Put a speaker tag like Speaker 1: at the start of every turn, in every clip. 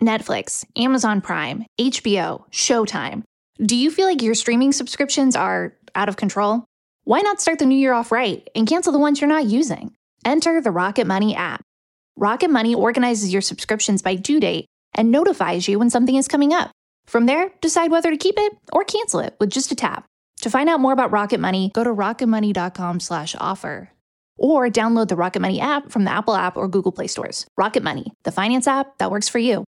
Speaker 1: Netflix, Amazon Prime, HBO, Showtime. Do you feel like your streaming subscriptions are out of control? Why not start the new year off right and cancel the ones you're not using? Enter the Rocket Money app. Rocket Money organizes your subscriptions by due date and notifies you when something is coming up. From there, decide whether to keep it or cancel it with just a tap. To find out more about Rocket Money, go to rocketmoney.com/offer or download the Rocket Money app from the Apple App or Google Play stores. Rocket Money, the finance app that works for you.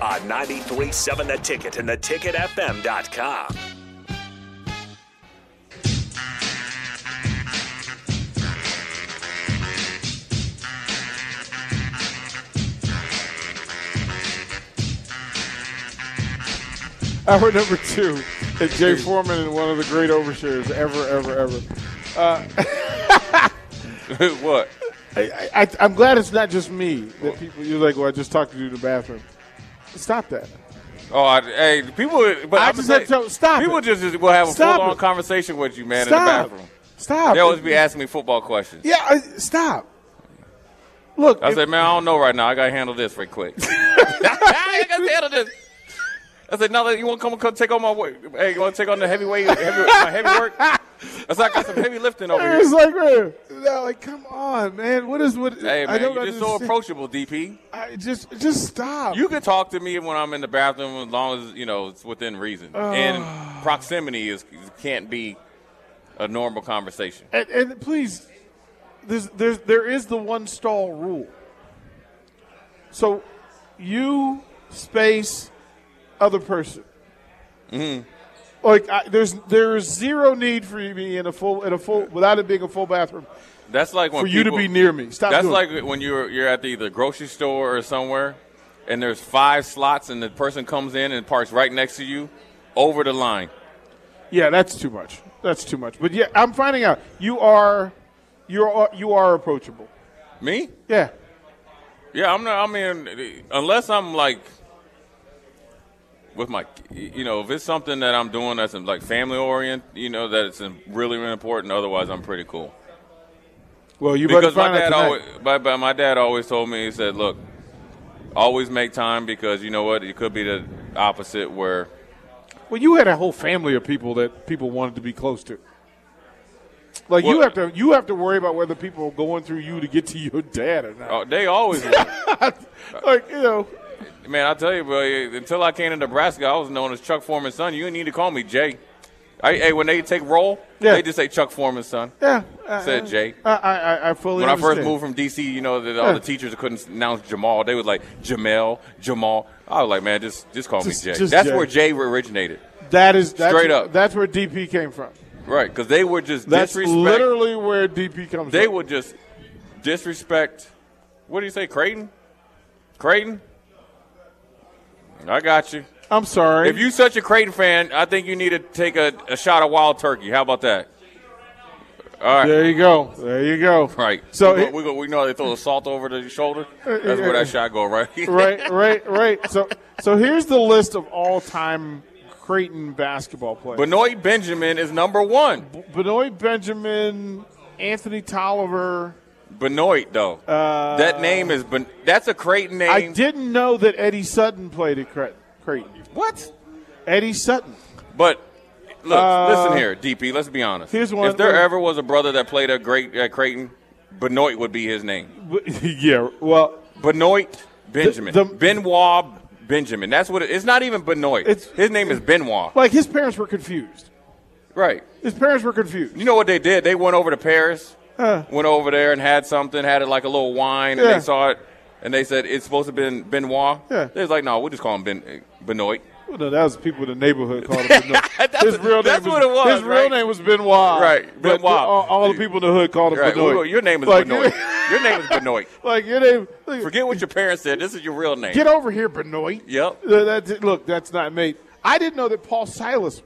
Speaker 2: on 937 The Ticket and theticketfm.com.
Speaker 3: Hour number two. It's Jay Foreman and one of the great overshares ever, ever, ever.
Speaker 4: what?
Speaker 3: I, I, I'm glad it's not just me that people, you're like, well, I just talked to you in the bathroom. Stop that.
Speaker 4: Oh, I, hey, people. But
Speaker 3: I
Speaker 4: I'm
Speaker 3: just
Speaker 4: saying-
Speaker 3: had to tell- stop
Speaker 4: People
Speaker 3: it.
Speaker 4: just, just will have a
Speaker 3: Stop
Speaker 4: full-on
Speaker 3: it.
Speaker 4: conversation with you, man, in the
Speaker 3: Stop.
Speaker 4: bathroom.
Speaker 3: Stop.
Speaker 4: They always be asking me football questions.
Speaker 3: Yeah, I, stop. Look,
Speaker 4: I
Speaker 3: if-
Speaker 4: said, man, I don't know right now. I gotta handle this right quick. I gotta handle this. I said, no, you want to come, come take on my work? Hey, you want to take on the heavyweight, heavy, my heavy work? I said, I got some heavy lifting over
Speaker 3: it's
Speaker 4: here.
Speaker 3: like, man, no, like, come on, man. What is what?
Speaker 4: Hey,
Speaker 3: I
Speaker 4: man,
Speaker 3: don't
Speaker 4: you're just so
Speaker 3: understand.
Speaker 4: approachable, DP.
Speaker 3: I just, just stop.
Speaker 4: You can talk to me when I'm in the bathroom as long as, you know, it's within reason. and proximity is can't be a normal conversation.
Speaker 3: and, and please, there's, there's, there is the one stall rule. So, you space other person. Mm-hmm. Like I, there's there is zero need for you to be in a full in a full without it being a full bathroom.
Speaker 4: That's like when
Speaker 3: For you to
Speaker 4: people-
Speaker 3: be near me. Stop
Speaker 4: That's
Speaker 3: doing
Speaker 4: like when you're you're at the, the grocery store or somewhere, and there's five slots, and the person comes in and parks right next to you, over the line.
Speaker 3: Yeah, that's too much. That's too much. But yeah, I'm finding out you are you are you are approachable.
Speaker 4: Me?
Speaker 3: Yeah.
Speaker 4: Yeah, I'm not. I mean, unless I'm like with my, you know, if it's something that I'm doing that's like family orient, you know, that it's really really important. Otherwise, I'm pretty cool.
Speaker 3: Well, you better
Speaker 4: because my
Speaker 3: find out
Speaker 4: dad
Speaker 3: tonight.
Speaker 4: always, but, but my dad always told me he said, "Look, always make time because you know what? It could be the opposite where."
Speaker 3: Well, you had a whole family of people that people wanted to be close to. Like you
Speaker 4: Well-
Speaker 3: have to you have to worry about whether people are going through you to get to your dad or not.
Speaker 4: Oh, they always.
Speaker 3: like you know,
Speaker 4: Man, I tell you, bro, eh, until I came to Nebraska, I was known as Chuck Foreman's son. You didn't need to call me Jay. I, hey, when they take roll,
Speaker 3: Yeah.
Speaker 4: they just say Chuck Foreman's son.
Speaker 3: yeah. I-
Speaker 4: Said Jay.
Speaker 3: I I, I- I fully.
Speaker 4: When I first
Speaker 3: understand.
Speaker 4: moved from D.C., you know, that all
Speaker 3: Yeah.
Speaker 4: the teachers couldn't pronounce Jamal. They was like Jamel, Jamal. I was like, man, just just call
Speaker 3: Just-
Speaker 4: me Jay.
Speaker 3: just
Speaker 4: That's
Speaker 3: Jay.
Speaker 4: where Jay originated,
Speaker 3: that is that's,
Speaker 4: Straight up.
Speaker 3: That's where DP came from.
Speaker 4: right? Because they were just
Speaker 3: That's
Speaker 4: disrespect.
Speaker 3: literally where DP comes.
Speaker 4: they
Speaker 3: from.
Speaker 4: would just disrespect. What do you say, Creighton? Creighton. I got you.
Speaker 3: I'm sorry.
Speaker 4: If you such a Creighton fan, I think you need to take a, a shot of wild turkey. How about that? All right.
Speaker 3: there you go. There you go.
Speaker 4: Right.
Speaker 3: So
Speaker 4: we,
Speaker 3: it-
Speaker 4: go, we, go, we know they throw the salt over the shoulder. That's where that shot go, right?
Speaker 3: right, right, right. So, so here's the list of all-time Creighton basketball players:
Speaker 4: Benoit Benjamin is number one.
Speaker 3: Benoit Benjamin, Anthony Tolliver.
Speaker 4: Benoit, though. Uh, that name is ben- that's a Creighton name.
Speaker 3: I didn't know that Eddie Sutton played at Cre- Creighton.
Speaker 4: What?
Speaker 3: Eddie Sutton.
Speaker 4: But look,
Speaker 3: Uh,
Speaker 4: listen here, DP. Let's be honest.
Speaker 3: here's one-
Speaker 4: If there ever was a brother that played at great at Creighton, Benoit would be his name.
Speaker 3: yeah. Well,
Speaker 4: Benoit Benjamin.
Speaker 3: the-
Speaker 4: Benoit Benjamin. That's what it, it's not even Benoit.
Speaker 3: It's-
Speaker 4: his name is Benoit.
Speaker 3: like his parents were confused.
Speaker 4: right.
Speaker 3: His parents were confused.
Speaker 4: You know what they did? They went over to Paris,
Speaker 3: Uh.
Speaker 4: went over there and had something, had it like a little wine, and
Speaker 3: Yeah.
Speaker 4: they saw it, and they said it's supposed to be Benoit.
Speaker 3: Yeah.
Speaker 4: They was like, no, we'll just call him ben- eh, Benoit.
Speaker 3: Well, no, that was people in the neighborhood called him. Benoit.
Speaker 4: That's-
Speaker 3: his real name
Speaker 4: that's
Speaker 3: was,
Speaker 4: what it was,
Speaker 3: His real
Speaker 4: right?
Speaker 3: name was Benoit.
Speaker 4: Right,
Speaker 3: But
Speaker 4: Benoit.
Speaker 3: the- all, all the people in the hood called him
Speaker 4: Right.
Speaker 3: Benoit.
Speaker 4: well, your name is
Speaker 3: Like,
Speaker 4: Benoit. your name is Benoit.
Speaker 3: like your name. like,
Speaker 4: Forget what your parents said. This is your real name.
Speaker 3: Get over here, Benoit.
Speaker 4: Yep.
Speaker 3: Uh, that's it. look, that's not mate. I didn't know that Paul Silas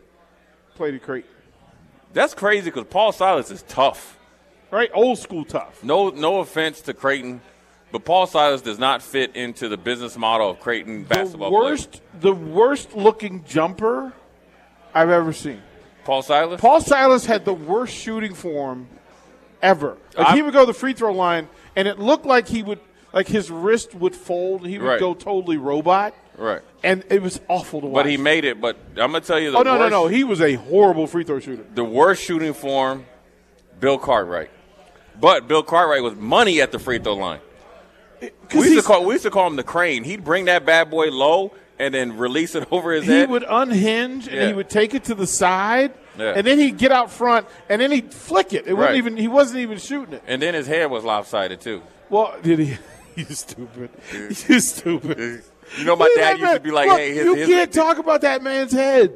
Speaker 3: played at Creighton.
Speaker 4: That's crazy because Paul Silas is tough.
Speaker 3: Right, old school tough.
Speaker 4: No, no offense to Creighton, but Paul Silas does not fit into the business model of Creighton basketball.
Speaker 3: the worst, the worst looking jumper I've ever seen.
Speaker 4: players. Paul Silas.
Speaker 3: Paul Silas had the worst shooting form ever. Like
Speaker 4: I-
Speaker 3: he would go to the free throw line, and it looked like he would, like his wrist would fold, and he would
Speaker 4: Right.
Speaker 3: go totally robot.
Speaker 4: Right.
Speaker 3: And it was awful to watch.
Speaker 4: but he made it. But I'm gonna tell you the
Speaker 3: Oh no,
Speaker 4: worst,
Speaker 3: no, no! He was a horrible free throw shooter.
Speaker 4: the worst shooting form, Bill Cartwright. But Bill Cartwright was money at the free throw line.
Speaker 3: 'Cause
Speaker 4: We used, to
Speaker 3: he's-
Speaker 4: call, we used to call him the crane. He'd bring that bad boy low and then release it over his
Speaker 3: he
Speaker 4: head.
Speaker 3: would unhinge and
Speaker 4: Yeah.
Speaker 3: he would take it to the side,
Speaker 4: Yeah.
Speaker 3: and then he'd get out front and then he'd flick it. It
Speaker 4: Right.
Speaker 3: wouldn't even. He wasn't even shooting it.
Speaker 4: and then his head was lopsided too.
Speaker 3: Well, did he? You stupid. You stupid.
Speaker 4: You know, my
Speaker 3: Leave
Speaker 4: dad
Speaker 3: that
Speaker 4: used to
Speaker 3: man-
Speaker 4: be like,
Speaker 3: Look,
Speaker 4: "Hey, his,
Speaker 3: you
Speaker 4: his
Speaker 3: can't talk about that man's head.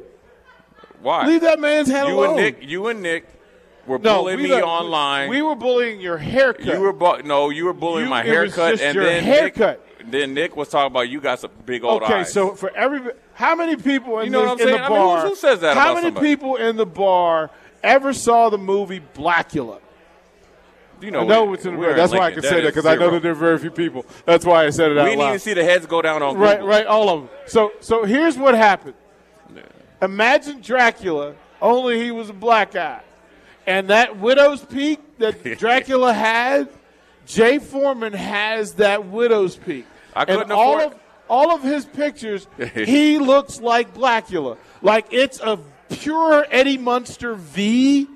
Speaker 4: why
Speaker 3: Leave that man's head
Speaker 4: you
Speaker 3: alone."
Speaker 4: and Nick, you and Nick were
Speaker 3: no,
Speaker 4: bullying
Speaker 3: we
Speaker 4: me
Speaker 3: don't-
Speaker 4: online.
Speaker 3: We were bullying your haircut.
Speaker 4: you were bu- no, you were bullying
Speaker 3: You-
Speaker 4: my
Speaker 3: it was
Speaker 4: haircut,
Speaker 3: just
Speaker 4: and
Speaker 3: your
Speaker 4: then
Speaker 3: haircut.
Speaker 4: Nick, then Nick was talking about you got some big old
Speaker 3: okay.
Speaker 4: eyes.
Speaker 3: So for every, how many people in,
Speaker 4: You know
Speaker 3: this-
Speaker 4: what I'm
Speaker 3: in the
Speaker 4: saying? I mean, who-
Speaker 3: bar?
Speaker 4: who says that
Speaker 3: How
Speaker 4: about
Speaker 3: many
Speaker 4: somebody?
Speaker 3: people in the bar ever saw the movie Blackula?
Speaker 4: you know,
Speaker 3: I know
Speaker 4: we-
Speaker 3: it's in
Speaker 4: we're
Speaker 3: America. That's why I
Speaker 4: Lincoln.
Speaker 3: can say that
Speaker 4: is
Speaker 3: because I know
Speaker 4: zero.
Speaker 3: that there are very few people. That's why I said it out
Speaker 4: We didn't
Speaker 3: loud.
Speaker 4: even see the heads go down on
Speaker 3: Right,
Speaker 4: Google.
Speaker 3: right, all of them. So, so here's what happened. Imagine Dracula, only he was a black guy, and that widow's peak that Dracula had, Jay Foreman has that widow's peak.
Speaker 4: I couldn't
Speaker 3: and all
Speaker 4: afford-
Speaker 3: of all of his pictures, he looks like Blackula, like it's a pure Eddie Munster V,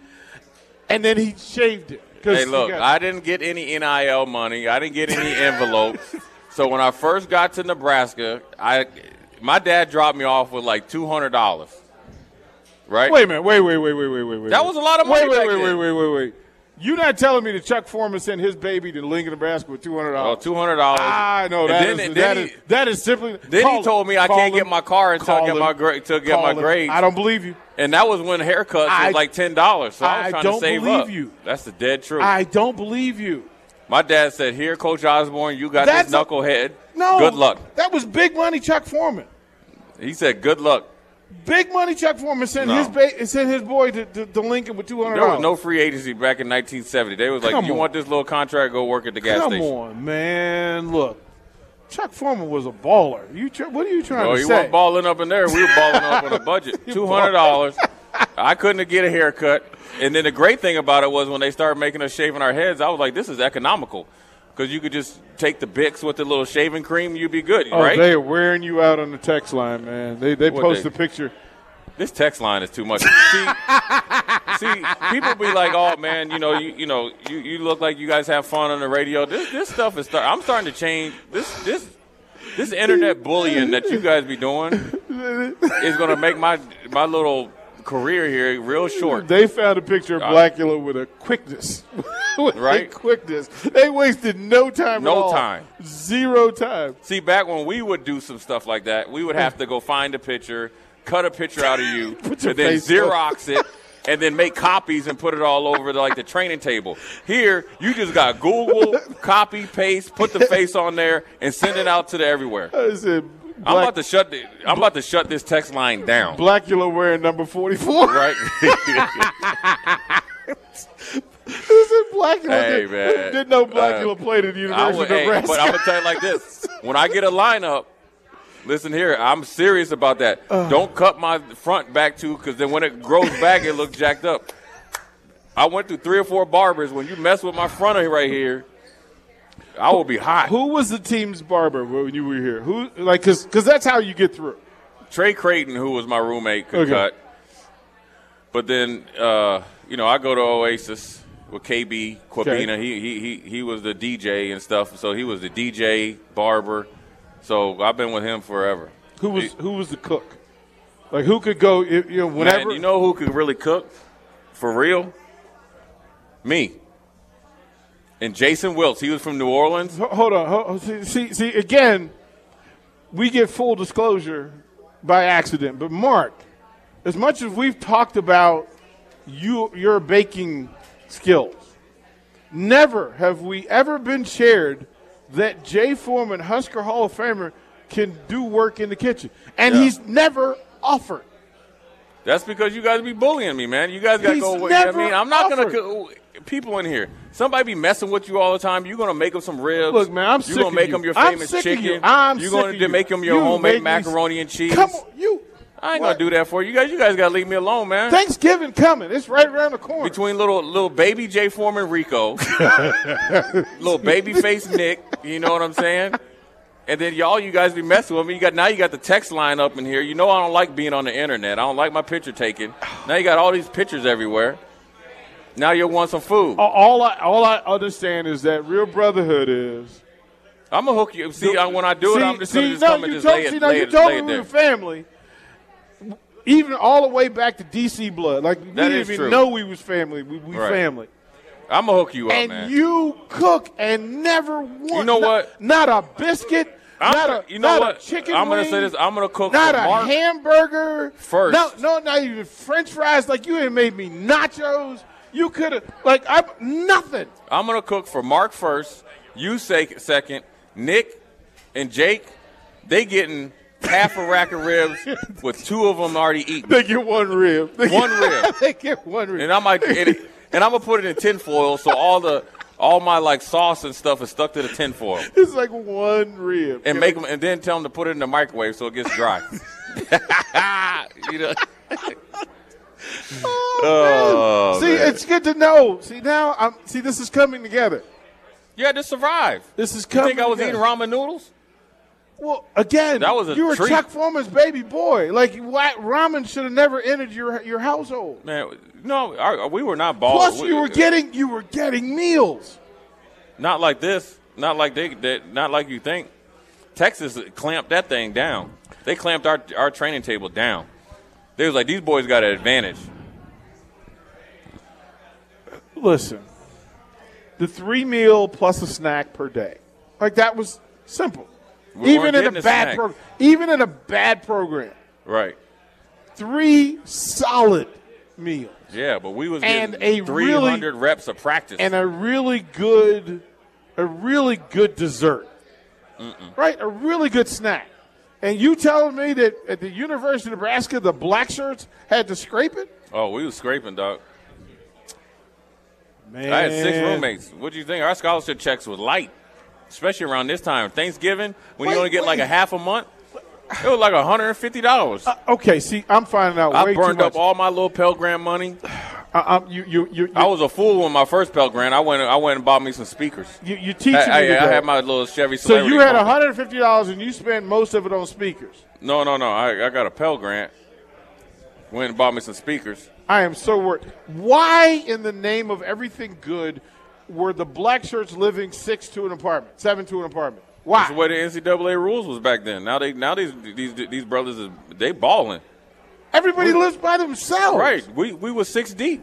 Speaker 3: and then he shaved it. 'Cause
Speaker 4: Hey,
Speaker 3: he
Speaker 4: look,
Speaker 3: got-
Speaker 4: I didn't get any NIL money. I didn't get any envelopes. so when I first got to Nebraska, I my dad dropped me off with like two hundred dollars. Right?
Speaker 3: Wait a minute. Wait, wait, wait, wait, wait, wait, wait.
Speaker 4: That was a lot of money
Speaker 3: Wait, wait,
Speaker 4: back
Speaker 3: wait,
Speaker 4: then.
Speaker 3: wait, wait, wait, wait. You're not telling me that Chuck Foreman sent his baby to Lincoln, Nebraska with two hundred
Speaker 4: Oh,
Speaker 3: dollars?
Speaker 4: two hundred dollars.
Speaker 3: Ah, I know
Speaker 4: And
Speaker 3: that
Speaker 4: then-
Speaker 3: is-
Speaker 4: and
Speaker 3: that
Speaker 4: then
Speaker 3: is-
Speaker 4: he-
Speaker 3: that is simply.
Speaker 4: Then
Speaker 3: call
Speaker 4: he told me I
Speaker 3: call
Speaker 4: can't get
Speaker 3: him,
Speaker 4: my car until
Speaker 3: call
Speaker 4: I get
Speaker 3: him,
Speaker 4: my gra- until I get
Speaker 3: call
Speaker 4: my
Speaker 3: him.
Speaker 4: grades.
Speaker 3: I don't believe you.
Speaker 4: And that was when haircuts
Speaker 3: I-
Speaker 4: was like ten dollars. So I, was
Speaker 3: I
Speaker 4: trying
Speaker 3: don't
Speaker 4: to save
Speaker 3: believe
Speaker 4: up.
Speaker 3: you.
Speaker 4: That's the dead truth.
Speaker 3: I don't believe you.
Speaker 4: My dad said, "Here, Coach Osborne, you got
Speaker 3: That's
Speaker 4: this
Speaker 3: a-
Speaker 4: knucklehead.
Speaker 3: No.
Speaker 4: good luck."
Speaker 3: That was big money, Chuck Foreman.
Speaker 4: He said, "Good luck."
Speaker 3: Big money, Chuck Foreman sent
Speaker 4: No.
Speaker 3: his ba- sent his boy to, to, to Lincoln with two hundred
Speaker 4: There was
Speaker 3: dollars.
Speaker 4: no free agency back in 1970. They was like,
Speaker 3: Come
Speaker 4: "You
Speaker 3: on.
Speaker 4: want this little contract? Go work at the gas
Speaker 3: Come
Speaker 4: station."
Speaker 3: on, man. Look, Chuck Foreman was a baller. You tr- what are you trying
Speaker 4: Well,
Speaker 3: to
Speaker 4: you
Speaker 3: say?
Speaker 4: weren't balling up in there. We were balling up on a budget. Two hundred dollars. I couldn't get a haircut. And then the great thing about it was when they started making us shaving our heads, I was like, "This is economical," because you could just take the Bix with the little shaving cream. You'd be good,
Speaker 3: Oh,
Speaker 4: right?
Speaker 3: they are wearing you out on the text line, man. They they
Speaker 4: What
Speaker 3: post
Speaker 4: they-
Speaker 3: a picture.
Speaker 4: this text line is too much. see, see, people be like, "Oh man, you know, you you know, you, you look like you guys have fun on the radio." This this stuff is. Start, I'm starting to change. This this this internet bullying that you guys be doing is gonna make my my little career here real short.
Speaker 3: They found a picture of
Speaker 4: Uh,
Speaker 3: Blackula with a quickness, with a
Speaker 4: Right.
Speaker 3: quickness. They wasted no time. at
Speaker 4: No
Speaker 3: all.
Speaker 4: time.
Speaker 3: Zero time.
Speaker 4: See, back when we would do some stuff like that, we would have to go find a picture, cut a picture out of you,
Speaker 3: your
Speaker 4: and then
Speaker 3: face on.
Speaker 4: Xerox it, and then make copies and put it all over the, like the training table. Here, you just got Google, copy, paste, put the face on there, and send it out to the everywhere.
Speaker 3: I said,
Speaker 4: I'm
Speaker 3: Black,
Speaker 4: about to shut. The, I'm about to shut this text line down.
Speaker 3: Blackula wearing number forty-four.
Speaker 4: Right?
Speaker 3: This is Blackula.
Speaker 4: Hey,
Speaker 3: did,
Speaker 4: man.
Speaker 3: Didn't know Blackula
Speaker 4: Uh,
Speaker 3: played at the
Speaker 4: I
Speaker 3: University
Speaker 4: would,
Speaker 3: of
Speaker 4: hey,
Speaker 3: Nebraska.
Speaker 4: but I'm gonna tell you like this: when I get a lineup, listen here, I'm serious about that. Don't cut my front back too, because then when it grows back, it looks jacked up. I went through three or four barbers. When you mess with my front of right here, I will be hot.
Speaker 3: Who was the team's barber when you were here? Who like because because that's how you get through.
Speaker 4: Trey Creighton, who was my roommate, could
Speaker 3: Okay.
Speaker 4: cut. But then, uh, you know, I go to Oasis with KB Quabina.
Speaker 3: Okay.
Speaker 4: He, he he he was the DJ and stuff. So he was the DJ barber. So I've been with him forever.
Speaker 3: Who was who was the cook? Like who could go? You know, whenever
Speaker 4: Man, you know who could really cook for real? Me. And Jason Wilts. He was from New Orleans.
Speaker 3: Ho- Hold on. ho- ho- See, see, see, again, we get full disclosure by accident. But Mark, as much as we've talked about you your baking skills, never have we ever been shared that Jay Foreman, Husker Hall of Famer, can do work in the kitchen, and
Speaker 4: Yeah.
Speaker 3: he's never offered.
Speaker 4: That's because you guys be bullying me, man. You guys got to
Speaker 3: He's
Speaker 4: go away. I
Speaker 3: never
Speaker 4: mean, I'm not going
Speaker 3: offered.
Speaker 4: to. People in here, somebody be messing with you all the time. You're going to make them some ribs.
Speaker 3: Look, man, I'm
Speaker 4: You're
Speaker 3: sick
Speaker 4: gonna
Speaker 3: of
Speaker 4: make
Speaker 3: you.
Speaker 4: them your
Speaker 3: I'm
Speaker 4: famous
Speaker 3: sick of you.
Speaker 4: chicken.
Speaker 3: I'm
Speaker 4: You're
Speaker 3: sick
Speaker 4: gonna
Speaker 3: of you.
Speaker 4: make them your
Speaker 3: You
Speaker 4: homemade
Speaker 3: make me s-
Speaker 4: macaroni and cheese.
Speaker 3: Come on, you.
Speaker 4: I ain't going
Speaker 3: What?
Speaker 4: to do that for you guys. You guys got to leave me alone, man.
Speaker 3: Thanksgiving coming. It's right around the corner.
Speaker 4: between little little baby Jay Foreman Rico, little baby face Nick, you know what I'm saying? And then y'all, you guys be messing with me. You got now you got the text line up in here. You know I don't like being on the internet. I don't like my picture taken. Now you got all these pictures everywhere. Now you'll want some food.
Speaker 3: all I all I understand is that real brotherhood is
Speaker 4: I'm gonna hook you. See, I, when I do it, I'm just gonna
Speaker 3: see,
Speaker 4: just
Speaker 3: no,
Speaker 4: come and
Speaker 3: you
Speaker 4: just
Speaker 3: told,
Speaker 4: lay it,
Speaker 3: see, no,
Speaker 4: lay
Speaker 3: you
Speaker 4: it,
Speaker 3: told
Speaker 4: lay
Speaker 3: me we
Speaker 4: it
Speaker 3: were
Speaker 4: there.
Speaker 3: family, even all the way back to DC blood. Like we
Speaker 4: That
Speaker 3: didn't
Speaker 4: is
Speaker 3: even
Speaker 4: true.
Speaker 3: know we was family. We, we
Speaker 4: Right.
Speaker 3: family,
Speaker 4: I'm gonna hook you up,
Speaker 3: and
Speaker 4: man.
Speaker 3: you cook and never once.
Speaker 4: know
Speaker 3: not,
Speaker 4: what?
Speaker 3: Not a biscuit.
Speaker 4: I'm,
Speaker 3: not
Speaker 4: gonna-
Speaker 3: a
Speaker 4: you know
Speaker 3: not
Speaker 4: what?
Speaker 3: A chicken.
Speaker 4: I'm gonna
Speaker 3: wing,
Speaker 4: say this. I'm gonna cook
Speaker 3: Not
Speaker 4: for
Speaker 3: a
Speaker 4: Mark.
Speaker 3: hamburger.
Speaker 4: first.
Speaker 3: No, no, not even French fries. Like you had made me nachos. You could have like I nothing.
Speaker 4: I'm gonna cook for Mark first, you sec- second, Nick and Jake. They getting half a rack of ribs with two of them already eaten,
Speaker 3: They get one rib. They
Speaker 4: one
Speaker 3: get,
Speaker 4: rib,
Speaker 3: They get one rib.
Speaker 4: and I might and, and I'm gonna put it in tinfoil so all the all my like sauce and stuff is stuck to the tinfoil,
Speaker 3: it's like one rib.
Speaker 4: and make them and then tell them to put it in the microwave so it gets dry. you know,
Speaker 3: Oh, see, it's good to know. See now, I'm see this is coming together.
Speaker 4: you had to survive.
Speaker 3: This is
Speaker 4: You
Speaker 3: coming.
Speaker 4: think I was
Speaker 3: together.
Speaker 4: eating ramen noodles?
Speaker 3: Well, again,
Speaker 4: That was a
Speaker 3: you were
Speaker 4: treat.
Speaker 3: Chuck Foreman's baby boy. Like why, ramen should have never entered your your household.
Speaker 4: Man, no, our, we were not balls.
Speaker 3: Plus, you were getting you were getting meals.
Speaker 4: Not like this. Not like they. That, not like you think. Texas clamped that thing down. They clamped our our training table down. They was like these boys got an advantage.
Speaker 3: Listen, the three meal plus a snack per day. Like that was simple.
Speaker 4: We
Speaker 3: even
Speaker 4: weren't
Speaker 3: in a
Speaker 4: getting a
Speaker 3: bad
Speaker 4: snack.
Speaker 3: program, even in a bad program,
Speaker 4: Right.
Speaker 3: three solid meals
Speaker 4: Yeah, but we was
Speaker 3: And
Speaker 4: getting
Speaker 3: a really-
Speaker 4: 300 reps of practice.
Speaker 3: and a really good, a really good dessert, right? A really good snack. And you telling me that at the University of Nebraska, the black shirts had to scrape it?
Speaker 4: oh, we was scraping, dog.
Speaker 3: Man,
Speaker 4: I had six roommates. What do you think? Our scholarship checks was light, especially around this time, Thanksgiving, when
Speaker 3: Wait,
Speaker 4: you only get like
Speaker 3: wait.
Speaker 4: a half a month. It was like 150 dollars.
Speaker 3: Uh, Okay, see, I'm finding out
Speaker 4: I
Speaker 3: way
Speaker 4: burned
Speaker 3: too
Speaker 4: up
Speaker 3: much.
Speaker 4: all my little Pell Grant money.
Speaker 3: I, I'm, you, you, you,
Speaker 4: I was a fool when my first Pell Grant. I went. I went and bought me some speakers.
Speaker 3: you, you teaching
Speaker 4: I, I,
Speaker 3: me
Speaker 4: I
Speaker 3: today.
Speaker 4: had my little Chevy.
Speaker 3: so you
Speaker 4: Celebrity
Speaker 3: had
Speaker 4: pump.
Speaker 3: $150 and you spent most of it on speakers.
Speaker 4: No, no, no. I, I got a Pell Grant. Went and bought me some speakers.
Speaker 3: I am so worried. Why, in the name of everything good, were the black shirts living six to an apartment, seven to an apartment? Why?
Speaker 4: That's the way the NCAA rules was back then. Now they, now these these these brothers is they balling.
Speaker 3: Everybody lives by themselves,
Speaker 4: Right. We we was six deep.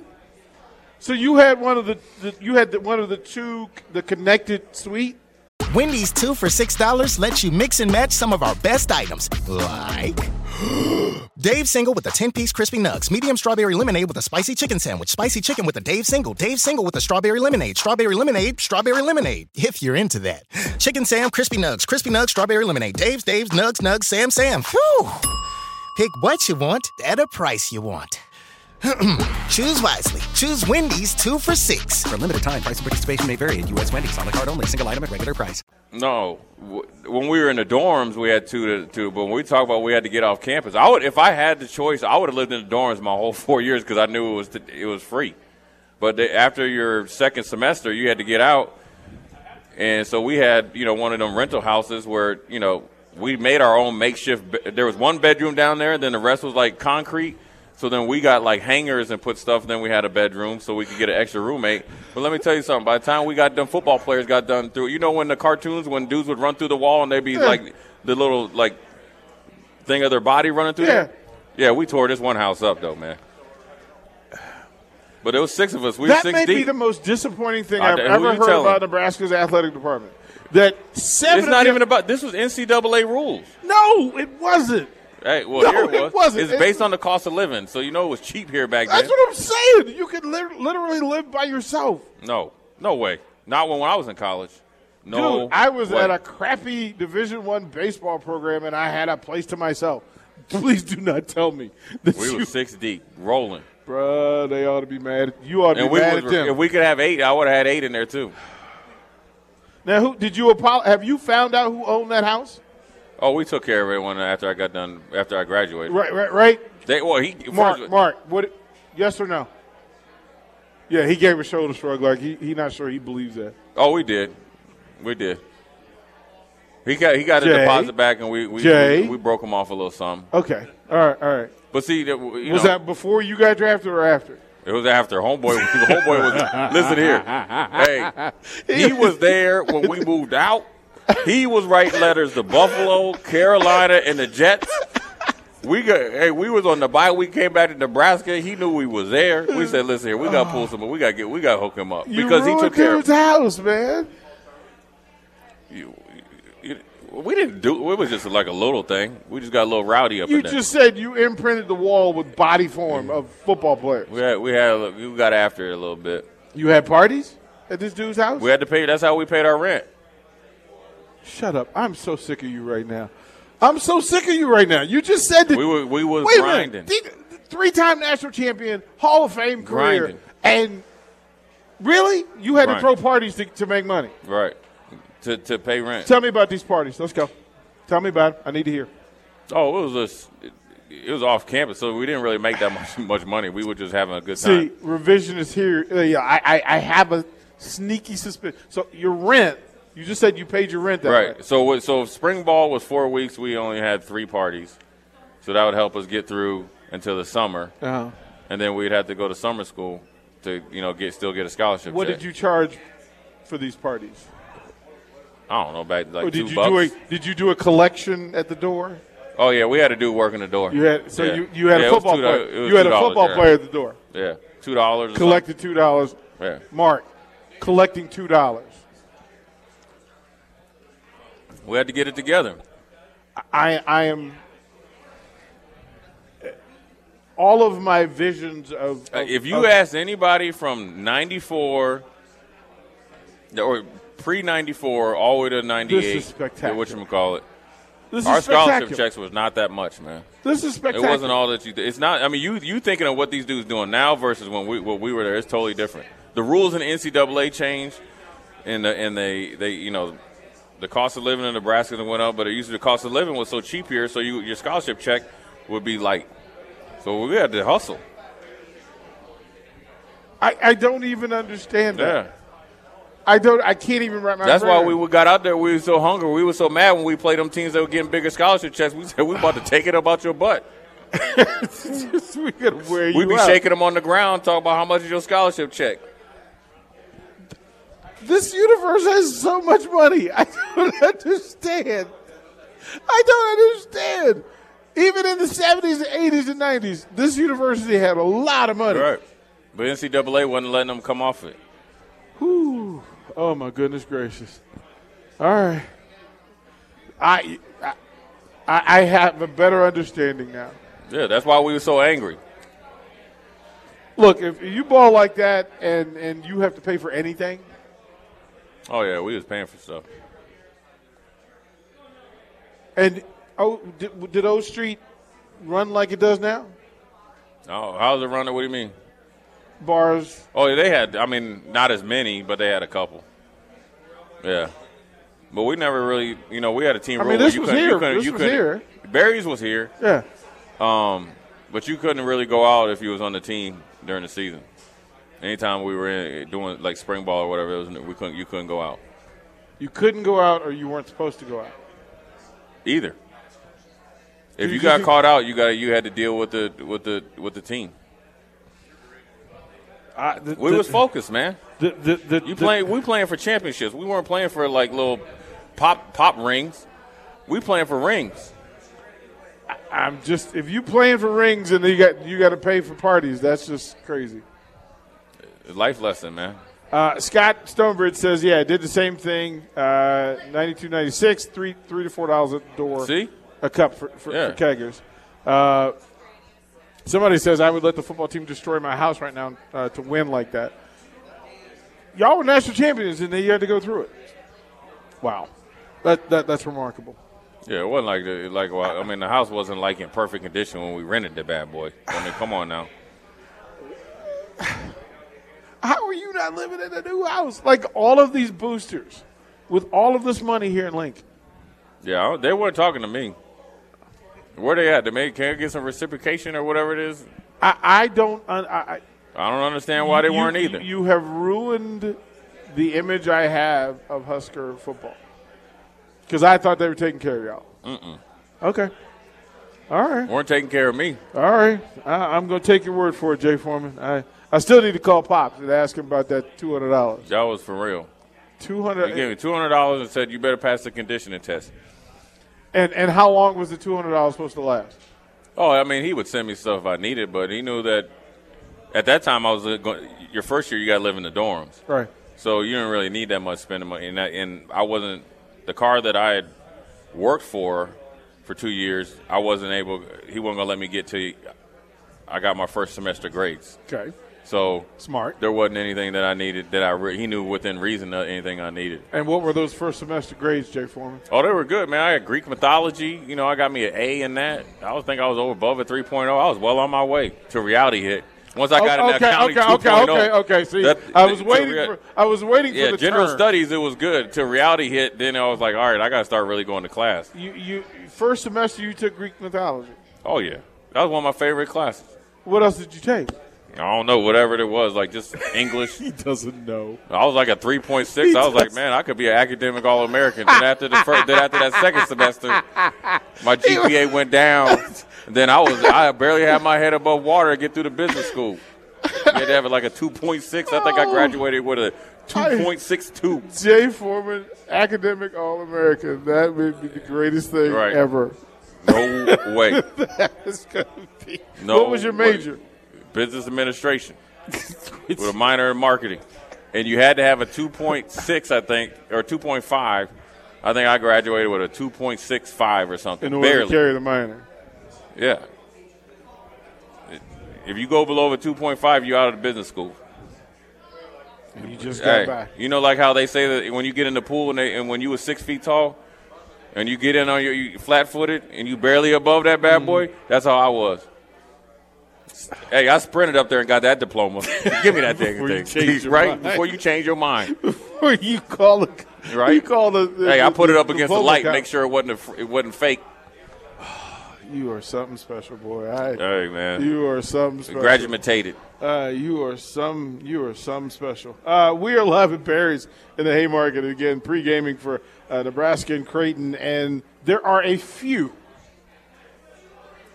Speaker 3: So you had one of the, the you had the, one of the two the connected suite.
Speaker 5: Wendy's two for $6 lets you mix and match some of our best items, like Dave Single with a 10 piece crispy nugs, medium strawberry lemonade with a spicy chicken sandwich, spicy chicken with a Dave Single, Dave Single with a strawberry lemonade, strawberry lemonade, strawberry lemonade, if you're into that. Chicken Sam, crispy nugs, crispy nugs, strawberry lemonade, Dave's, Dave's, nugs, nugs, Sam, Sam. Whew! Pick what you want at a price you want. Choose wisely. Choose Wendy's two for six.
Speaker 6: For a limited time, price and participation may vary at U.S. Wendy's. On the card only, single item at regular price.
Speaker 4: No, W- when we were in the dorms, we had two to two. But when we talk about we had to get off campus, I would if I had the choice, I would have lived in the dorms my whole four years because I knew it was t it was free. But the, after your second semester, you had to get out, and so we had you know one of them rental houses where you know we made our own makeshift. Be- there was one bedroom down there, then the rest was like concrete. So then we got like hangers and put stuff. Then we had a bedroom so we could get an extra roommate. But let me tell you something. By the time we got done, football players got done through. You know when the cartoons when dudes would run through the wall and they'd be like the little like thing of their body running through.
Speaker 3: Yeah.
Speaker 4: there? Yeah, we tore this one house up though, man. But it was six of us. We
Speaker 3: that
Speaker 4: were six
Speaker 3: may
Speaker 4: deep.
Speaker 3: be the most disappointing thing
Speaker 4: I-
Speaker 3: I've
Speaker 4: who
Speaker 3: ever
Speaker 4: you
Speaker 3: heard
Speaker 4: telling?
Speaker 3: about Nebraska's athletic department. That seven.
Speaker 4: it's
Speaker 3: of
Speaker 4: not
Speaker 3: the-
Speaker 4: even about. This was NCAA rules.
Speaker 3: No, it wasn't.
Speaker 4: Hey, well,
Speaker 3: No,
Speaker 4: here it
Speaker 3: it
Speaker 4: was.
Speaker 3: wasn't.
Speaker 4: It's
Speaker 3: It-
Speaker 4: based on the cost of living, so you know it was cheap here back
Speaker 3: That's
Speaker 4: then.
Speaker 3: what I'm saying. You could lit- literally live by yourself.
Speaker 4: no, no way. Not when, when I was in college. No,
Speaker 3: Dude, I was
Speaker 4: way.
Speaker 3: at a crappy Division One baseball program, and I had a place to myself. Please do not tell me that
Speaker 4: We
Speaker 3: you,
Speaker 4: were six deep, rolling,
Speaker 3: bruh. They ought to be mad. At, you ought to
Speaker 4: and
Speaker 3: be
Speaker 4: we
Speaker 3: mad
Speaker 4: was,
Speaker 3: at them.
Speaker 4: if we could have eight, I would have had eight in there too.
Speaker 3: now, who did you apol- Have you found out who owned that house?
Speaker 4: Oh, we took care of everyone after I got done after I graduated.
Speaker 3: Right, right, right.
Speaker 4: They, well, he
Speaker 3: Mark,
Speaker 4: first-
Speaker 3: Mark, what? Yes or no? Yeah, he gave a shoulder shrug like he he not sure he believes that.
Speaker 4: Oh, we did, we did. He got he got a
Speaker 3: Jay.
Speaker 4: deposit back, and we we,
Speaker 3: Jay.
Speaker 4: we we broke him off a little something.
Speaker 3: Okay, all right, all right.
Speaker 4: But see, that, you
Speaker 3: Was
Speaker 4: know,
Speaker 3: that before you got drafted or after?
Speaker 4: It was after homeboy. homeboy was listen here. Hey, he was there when we moved out. He was writing letters to Buffalo, Carolina, and the Jets. We got hey, we was on the bye. We came back to Nebraska. He knew we was there. We said, listen here, we got to pull some. We got to get. We got to hook him up
Speaker 3: Oh. You
Speaker 4: because he
Speaker 3: ruined
Speaker 4: took care.
Speaker 3: his
Speaker 4: of
Speaker 3: house, man.
Speaker 4: you, you, We didn't do. It was just like a little thing. We just got a little rowdy up
Speaker 3: You
Speaker 4: in there.
Speaker 3: just said you imprinted the wall with body form of football players.
Speaker 4: we had we had a- we got after it a little bit.
Speaker 3: You had parties at this dude's house.
Speaker 4: We had to pay. That's how we paid our rent.
Speaker 3: Shut up! I'm so sick of you right now. I'm so sick of you right now. You just said that
Speaker 4: We were- we was
Speaker 3: wait A
Speaker 4: grinding.
Speaker 3: minute. Three time national champion, Hall of Fame career,
Speaker 4: Grinding.
Speaker 3: and really, you had to throw
Speaker 4: Grinding.
Speaker 3: parties to, to make money.
Speaker 4: Right. To to pay rent.
Speaker 3: Tell me about these parties. Let's go. Tell me about. It. I need to hear.
Speaker 4: Oh, it was a, it was off campus, so we didn't really make that much much money. We were just having a good
Speaker 3: See,
Speaker 4: time.
Speaker 3: revisionist here. Uh, yeah, I, I, I have a sneaky suspicion. So your rent. You just said you paid your rent that
Speaker 4: Right.
Speaker 3: way.
Speaker 4: So what- so if spring ball was four weeks. We only had three parties, so that would help us get through until the summer,
Speaker 3: Uh-huh.
Speaker 4: and then we'd have to go to summer school to you know get still get a scholarship.
Speaker 3: What
Speaker 4: check.
Speaker 3: did you charge for these parties?
Speaker 4: I don't know. Back like
Speaker 3: Or Oh, did
Speaker 4: two
Speaker 3: you
Speaker 4: bucks.
Speaker 3: do a did you do a collection at the door?
Speaker 4: oh yeah, we had to do work in the door.
Speaker 3: You had so
Speaker 4: Yeah.
Speaker 3: you, you had
Speaker 4: Yeah,
Speaker 3: a
Speaker 4: it was
Speaker 3: football
Speaker 4: two do-
Speaker 3: player.
Speaker 4: it was
Speaker 3: you had
Speaker 4: two
Speaker 3: a
Speaker 4: dollars,
Speaker 3: football
Speaker 4: yeah.
Speaker 3: player at the door.
Speaker 4: Yeah, two dollars. or
Speaker 3: Collected two dollars.
Speaker 4: Yeah.
Speaker 3: Mark, collecting two dollars.
Speaker 4: something. We had to get it together.
Speaker 3: I I am all of my visions of,
Speaker 4: Uh,
Speaker 3: of-
Speaker 4: if you
Speaker 3: of-
Speaker 4: asked anybody from 94 or pre 94 all the way to 98
Speaker 3: spectacular.
Speaker 4: what you call it
Speaker 3: this
Speaker 4: our
Speaker 3: is spectacular.
Speaker 4: scholarship checks was not that much man
Speaker 3: This is
Speaker 4: it
Speaker 3: spectacular.
Speaker 4: wasn't all that you th- it's not i mean you you thinking of what these dudes doing now versus when we when we were there it's totally different the rules in the ncaa changed and the, and they they you know the cost of living in nebraska that went up but it used to the cost of living was so cheap here so you your scholarship check would be light so we had to hustle
Speaker 3: I, I don't even understand that.
Speaker 4: yeah.
Speaker 3: I don't. I can't even wrap my.
Speaker 4: That's
Speaker 3: brain
Speaker 4: why
Speaker 3: around
Speaker 4: we
Speaker 3: it.
Speaker 4: were- got out there. We were so hungry. We were so mad when we played them teams that were getting bigger scholarship checks. We said we about to take it about your butt.
Speaker 3: we gotta wear you
Speaker 4: We be
Speaker 3: out.
Speaker 4: shaking them on the ground, talking about how much is your scholarship check.
Speaker 3: This universe has so much money. I don't understand. I don't understand. Even in the 70s, and 80s, and 90s, this university had a lot of money.
Speaker 4: But NCAA wasn't letting them come off it.
Speaker 3: Whew. Oh, my goodness gracious. All right. I, I, I have a better understanding now.
Speaker 4: Yeah, that's why we were so angry.
Speaker 3: Look, if you ball like that and, and you have to pay for anything,
Speaker 4: Oh yeah, we was paying for stuff.
Speaker 3: and oh, did, did O Street run like it does now?
Speaker 4: Oh, how's it running? What do you mean?
Speaker 3: Bars,
Speaker 4: Oh, yeah, they had. I mean, not as many, but they had a couple. Yeah, but we never really. You know, we had a team.
Speaker 3: I mean,
Speaker 4: rule where
Speaker 3: this
Speaker 4: you
Speaker 3: was
Speaker 4: couldn't-
Speaker 3: here.
Speaker 4: You couldn't,
Speaker 3: This
Speaker 4: you
Speaker 3: was
Speaker 4: couldn't-
Speaker 3: here.
Speaker 4: Barry's was here.
Speaker 3: yeah.
Speaker 4: Um, but you couldn't really go out if you was on the team during the season. Anytime we were in doing like spring ball or whatever, it was, we couldn't. You couldn't go out
Speaker 3: You couldn't go out or you weren't supposed to go out.
Speaker 4: either.
Speaker 3: Did
Speaker 4: If you
Speaker 3: you
Speaker 4: got
Speaker 3: do-
Speaker 4: caught out, you got you had to deal with the with the with the team.
Speaker 3: I, the,
Speaker 4: We
Speaker 3: the-
Speaker 4: was focused, man.
Speaker 3: The, the, the,
Speaker 4: You
Speaker 3: the-
Speaker 4: playing? We playing for championships. We weren't playing for like little pop pop rings. We playing for rings.
Speaker 3: I'm just if you playing for rings and then you got you got to pay for parties. That's just crazy.
Speaker 4: Life lesson, man.
Speaker 3: Uh, Scott Stonebridge says, "Yeah, I did the same thing. Uh, 92, 96, three, three to four dollars a door.
Speaker 4: See?
Speaker 3: a cup for for,
Speaker 4: Yeah.
Speaker 3: for keggers. Uh, somebody says I would let the football team destroy my house right now uh, to win like that. Y'all were national champions, and then you had to go through it. Wow, that, that that's remarkable.
Speaker 4: Yeah, it wasn't like the, like well, I mean the house wasn't like in perfect condition when we rented the bad boy. I mean, come on now.
Speaker 3: How are you not living in a new house? Like all of these boosters, with all of this money here in Lincoln.
Speaker 4: Yeah, I don't- they weren't talking to me. Where they at? They may can I get some reciprocation or whatever it is.
Speaker 3: I, I don't. I, I,
Speaker 4: I don't understand why they
Speaker 3: you-
Speaker 4: weren't either.
Speaker 3: You have ruined the image I have of Husker football because I thought they were taking care of y'all. Mm-mm. Okay. All right.
Speaker 4: weren't taking care of me.
Speaker 3: All right. I, I'm going to take your word for it, Jay Foreman. I, I still need to call Pops and ask him about that two hundred dollars.
Speaker 4: Y'all was for real.
Speaker 3: Two
Speaker 4: You gave me
Speaker 3: hundred.
Speaker 4: two hundred dollars and said you better pass the conditioning test.
Speaker 3: And and how long was the two hundred dollars supposed to last?
Speaker 4: Oh, I mean, he would send me stuff if I needed, but he knew that at that time I was uh, go- your first year. You got to live in the dorms,
Speaker 3: Right.
Speaker 4: so you didn't really need that much spending money. And I, and I wasn't the car that I had worked for for two years. I wasn't able. He wasn't gonna let me get to. I got my first semester grades,
Speaker 3: Okay.
Speaker 4: so
Speaker 3: Smart.
Speaker 4: There wasn't anything that I needed that I re- he knew within reason of anything I needed.
Speaker 3: And what were those first semester grades, Jay Foreman?
Speaker 4: Oh, they were good, man. I had Greek mythology. You know, I got me an A in that. I was think I was over above a 3.0. I was well on my way to reality hit. Once I got
Speaker 3: Oh,
Speaker 4: in that county
Speaker 3: okay, okay,
Speaker 4: 2.0,
Speaker 3: okay, okay. See,
Speaker 4: oh. that-
Speaker 3: I was
Speaker 4: to
Speaker 3: waiting.
Speaker 4: rea-
Speaker 3: For, I was waiting
Speaker 4: yeah,
Speaker 3: for the
Speaker 4: general
Speaker 3: turn.
Speaker 4: studies, it was good. To reality hit, then I was like, all right, I got to start really going to class.
Speaker 3: You, you first semester you took Greek mythology.
Speaker 4: Oh, yeah. That was one of my favorite classes.
Speaker 3: What else did you take?
Speaker 4: I don't know, whatever it was, like just English.
Speaker 3: He doesn't know.
Speaker 4: I was like a 3.6. I was like, man, I could be an academic All American. Then after the first, then after that second semester, my GPA went down. Then I was I barely had my head above water to get through the business school. You had to have like a 2.6. I think I
Speaker 3: Oh.
Speaker 4: graduated with a 2.62.
Speaker 3: Jay Foreman, academic all American. That would be the greatest thing
Speaker 4: Right.
Speaker 3: ever.
Speaker 4: No way.
Speaker 3: It's gonna be.
Speaker 4: No
Speaker 3: what was your
Speaker 4: way.
Speaker 3: major?
Speaker 4: Business administration with a minor in marketing, and you had to have a 2.6, I think, or 2.5. I think I graduated with a 2.65 or something.
Speaker 3: In order
Speaker 4: barely.
Speaker 3: to carry the minor.
Speaker 4: Yeah. If you go below a 2.5, you're out of the business school.
Speaker 3: And you just got
Speaker 4: Hey,
Speaker 3: back.
Speaker 4: you know, like how they say that when you get in the pool and, they, and when you were six feet tall, and you get in on your you flat-footed and you barely above that
Speaker 3: Mm-hmm.
Speaker 4: bad boy. That's how I was. Hey, I sprinted up there and got that diploma. Give me that dang
Speaker 3: Before you
Speaker 4: thing,
Speaker 3: change your
Speaker 4: right?
Speaker 3: mind.
Speaker 4: Before you change your mind,
Speaker 3: Or you call it.
Speaker 4: Right.
Speaker 3: You call the, the-
Speaker 4: hey, I put it up
Speaker 3: the
Speaker 4: against the
Speaker 3: diploma
Speaker 4: light,
Speaker 3: count.
Speaker 4: make sure it wasn't a, fr- it wasn't fake.
Speaker 3: you are something special, boy. I,
Speaker 4: Hey, man.
Speaker 3: You are something special.
Speaker 4: Graduated.
Speaker 3: Uh, you are some. You are some special. Uh, we are live at Perry's in the Haymarket again, pre-gaming for uh, Nebraska and Creighton, and there are a few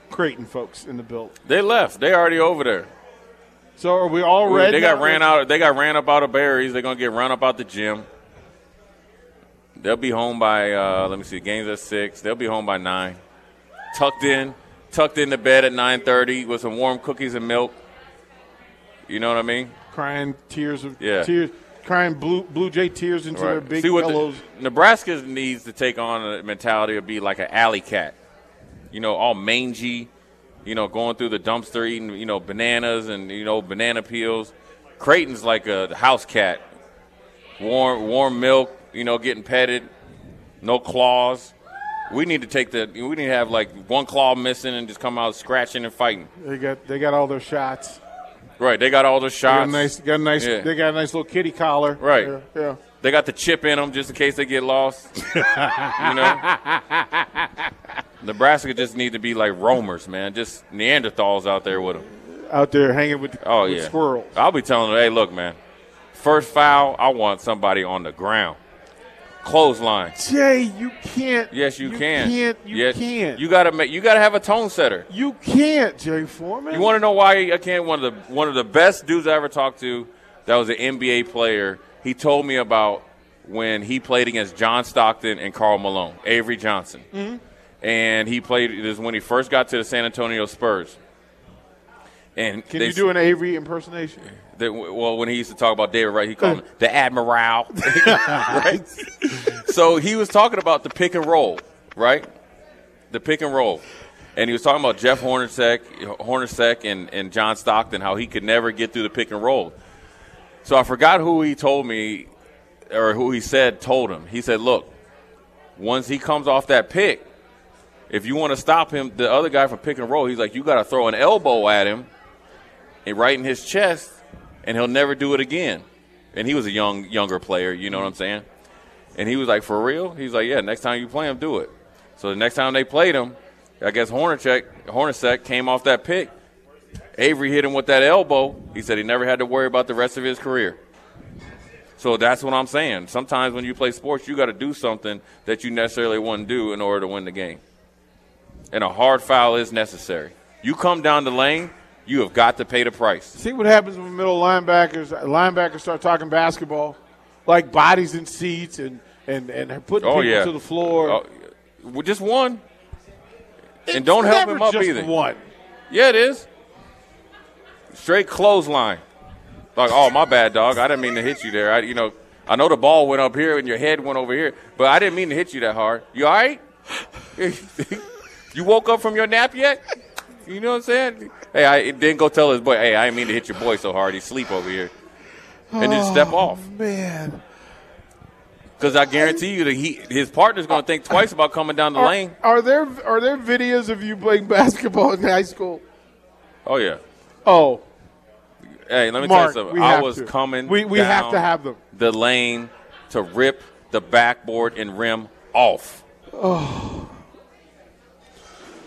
Speaker 3: Creighton folks in the build.
Speaker 4: They left. They already over there.
Speaker 3: So are we all
Speaker 4: Ooh,
Speaker 3: ready?
Speaker 4: they got ran out. They got ran up out of berries. They're gonna get run up out the gym. They'll be home by. Uh, let me see. Games at six. They'll be home by nine. Tucked in, tucked into bed at nine thirty with some warm cookies and milk. You know what I mean?
Speaker 3: crying tears of
Speaker 4: Yeah.
Speaker 3: tears, crying blue Blue Jay tears into their big
Speaker 4: see what the-
Speaker 3: pillows.
Speaker 4: Nebraska needs to take on a mentality of be like an alley cat. You know, all mangy. You know, going through the dumpster eating. You know, bananas and you know banana peels. Creighton's like a house cat. Warm, warm milk. You know, getting petted. No claws. We need to take the. We need to have like one claw missing and just come out scratching and fighting.
Speaker 3: they got they got all their shots.
Speaker 4: Right. They got all the
Speaker 3: They got
Speaker 4: shots.
Speaker 3: a nice, got a nice.
Speaker 4: Yeah.
Speaker 3: They got a nice little kitty collar.
Speaker 4: Right.
Speaker 3: Yeah. yeah.
Speaker 4: They got the chip in them just in case they get lost. you know, Nebraska just need to be like roamers, man. Just Neanderthals out there with them.
Speaker 3: Out there hanging with,
Speaker 4: Oh
Speaker 3: with
Speaker 4: yeah,
Speaker 3: squirrels.
Speaker 4: I'll be telling them, hey, look, man. First foul, I want somebody on the ground. Clothesline.
Speaker 3: Jay, you can't.
Speaker 4: Yes, you, can.
Speaker 3: Can't, you
Speaker 4: yes,
Speaker 3: can't.
Speaker 4: You gotta make. You gotta have a tone setter.
Speaker 3: You can't, Jay Foreman.
Speaker 4: You want to know why I can't? One of the one of the best dudes I ever talked to, that was an NBA player. He told me about when he played against John Stockton and Carl Malone, Avery Johnson,
Speaker 3: Mm-hmm.
Speaker 4: and he played this is when he first got to the San Antonio Spurs. And
Speaker 3: Can
Speaker 4: they-
Speaker 3: you do an Avery impersonation?
Speaker 4: they- well, when he used to talk about David Wright, he called him the Admiral. right? So he was talking about the pick and roll, right? The pick and roll. and he was talking about Jeff Hornacek, Hornacek and, and John Stockton, how he could never get through the pick and roll. So I forgot who he told me, or who he said told him. He said, "Look, once he comes off that pick, if you want to stop him, the other guy from pick and roll, he's like, you got to throw an elbow at him, and right in his chest, and he'll never do it again." And he was a young, younger player. You know what I'm saying? And he was like, "For real?" He's like, "Yeah. Next time you play him, do it." So the next time they played him, I guess Hornacek, Hornacek came off that pick. Avery hit him with that elbow. He said he never had to worry about the rest of his career. So that's what I'm saying. Sometimes when you play sports, you got to do something that you necessarily wouldn't do in order to win the game. And a hard foul is necessary. You come down the lane, you have got to pay the price.
Speaker 3: See what happens when middle linebackers linebackers start talking basketball, like bodies in seats and and and putting
Speaker 4: Oh
Speaker 3: people
Speaker 4: yeah,
Speaker 3: to the floor.
Speaker 4: Oh, well, just one, and don't help
Speaker 3: Never
Speaker 4: him up
Speaker 3: just
Speaker 4: either.
Speaker 3: One.
Speaker 4: Yeah, it is. Straight clothesline. Like, oh my bad, dog. I didn't mean to hit you there. I, you know, I know the ball went up here and your head went over here, but I didn't mean to hit you that hard. You all right? you woke up from your nap yet? You know what I'm saying? Hey, I didn't go tell his boy. Hey, I didn't mean to hit your boy so hard. He's sleep over here, and then step off.
Speaker 3: Man,
Speaker 4: Because I guarantee you that he his partner's gonna think twice about coming down the
Speaker 3: are,
Speaker 4: lane.
Speaker 3: are there are there videos of you playing basketball in high school?
Speaker 4: Oh yeah.
Speaker 3: Oh,
Speaker 4: Hey, let me
Speaker 3: Mark,
Speaker 4: tell you
Speaker 3: we
Speaker 4: something. I
Speaker 3: have
Speaker 4: was
Speaker 3: to.
Speaker 4: coming.
Speaker 3: We- we have
Speaker 4: down
Speaker 3: to have them.
Speaker 4: The lane to rip the backboard and rim off.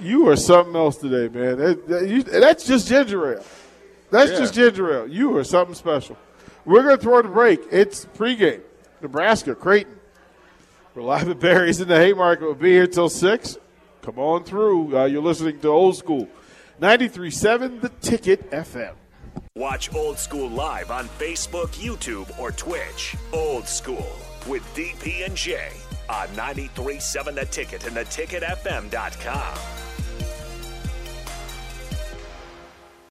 Speaker 3: you are something else today, man. That- that- you- that's just ginger ale. That's
Speaker 4: Yeah.
Speaker 3: just ginger ale. You are something special. We're going to throw the break. It's pregame. Nebraska, Creighton. We're live at Barry's in the Haymarket. We'll be here till 6. Come on through. Uh, you're listening to Old School. 93.7 The Ticket FM.
Speaker 2: Watch Old School live on Facebook, YouTube, or Twitch. Old School with DP and J on 937 The Ticket and theticketfm.com.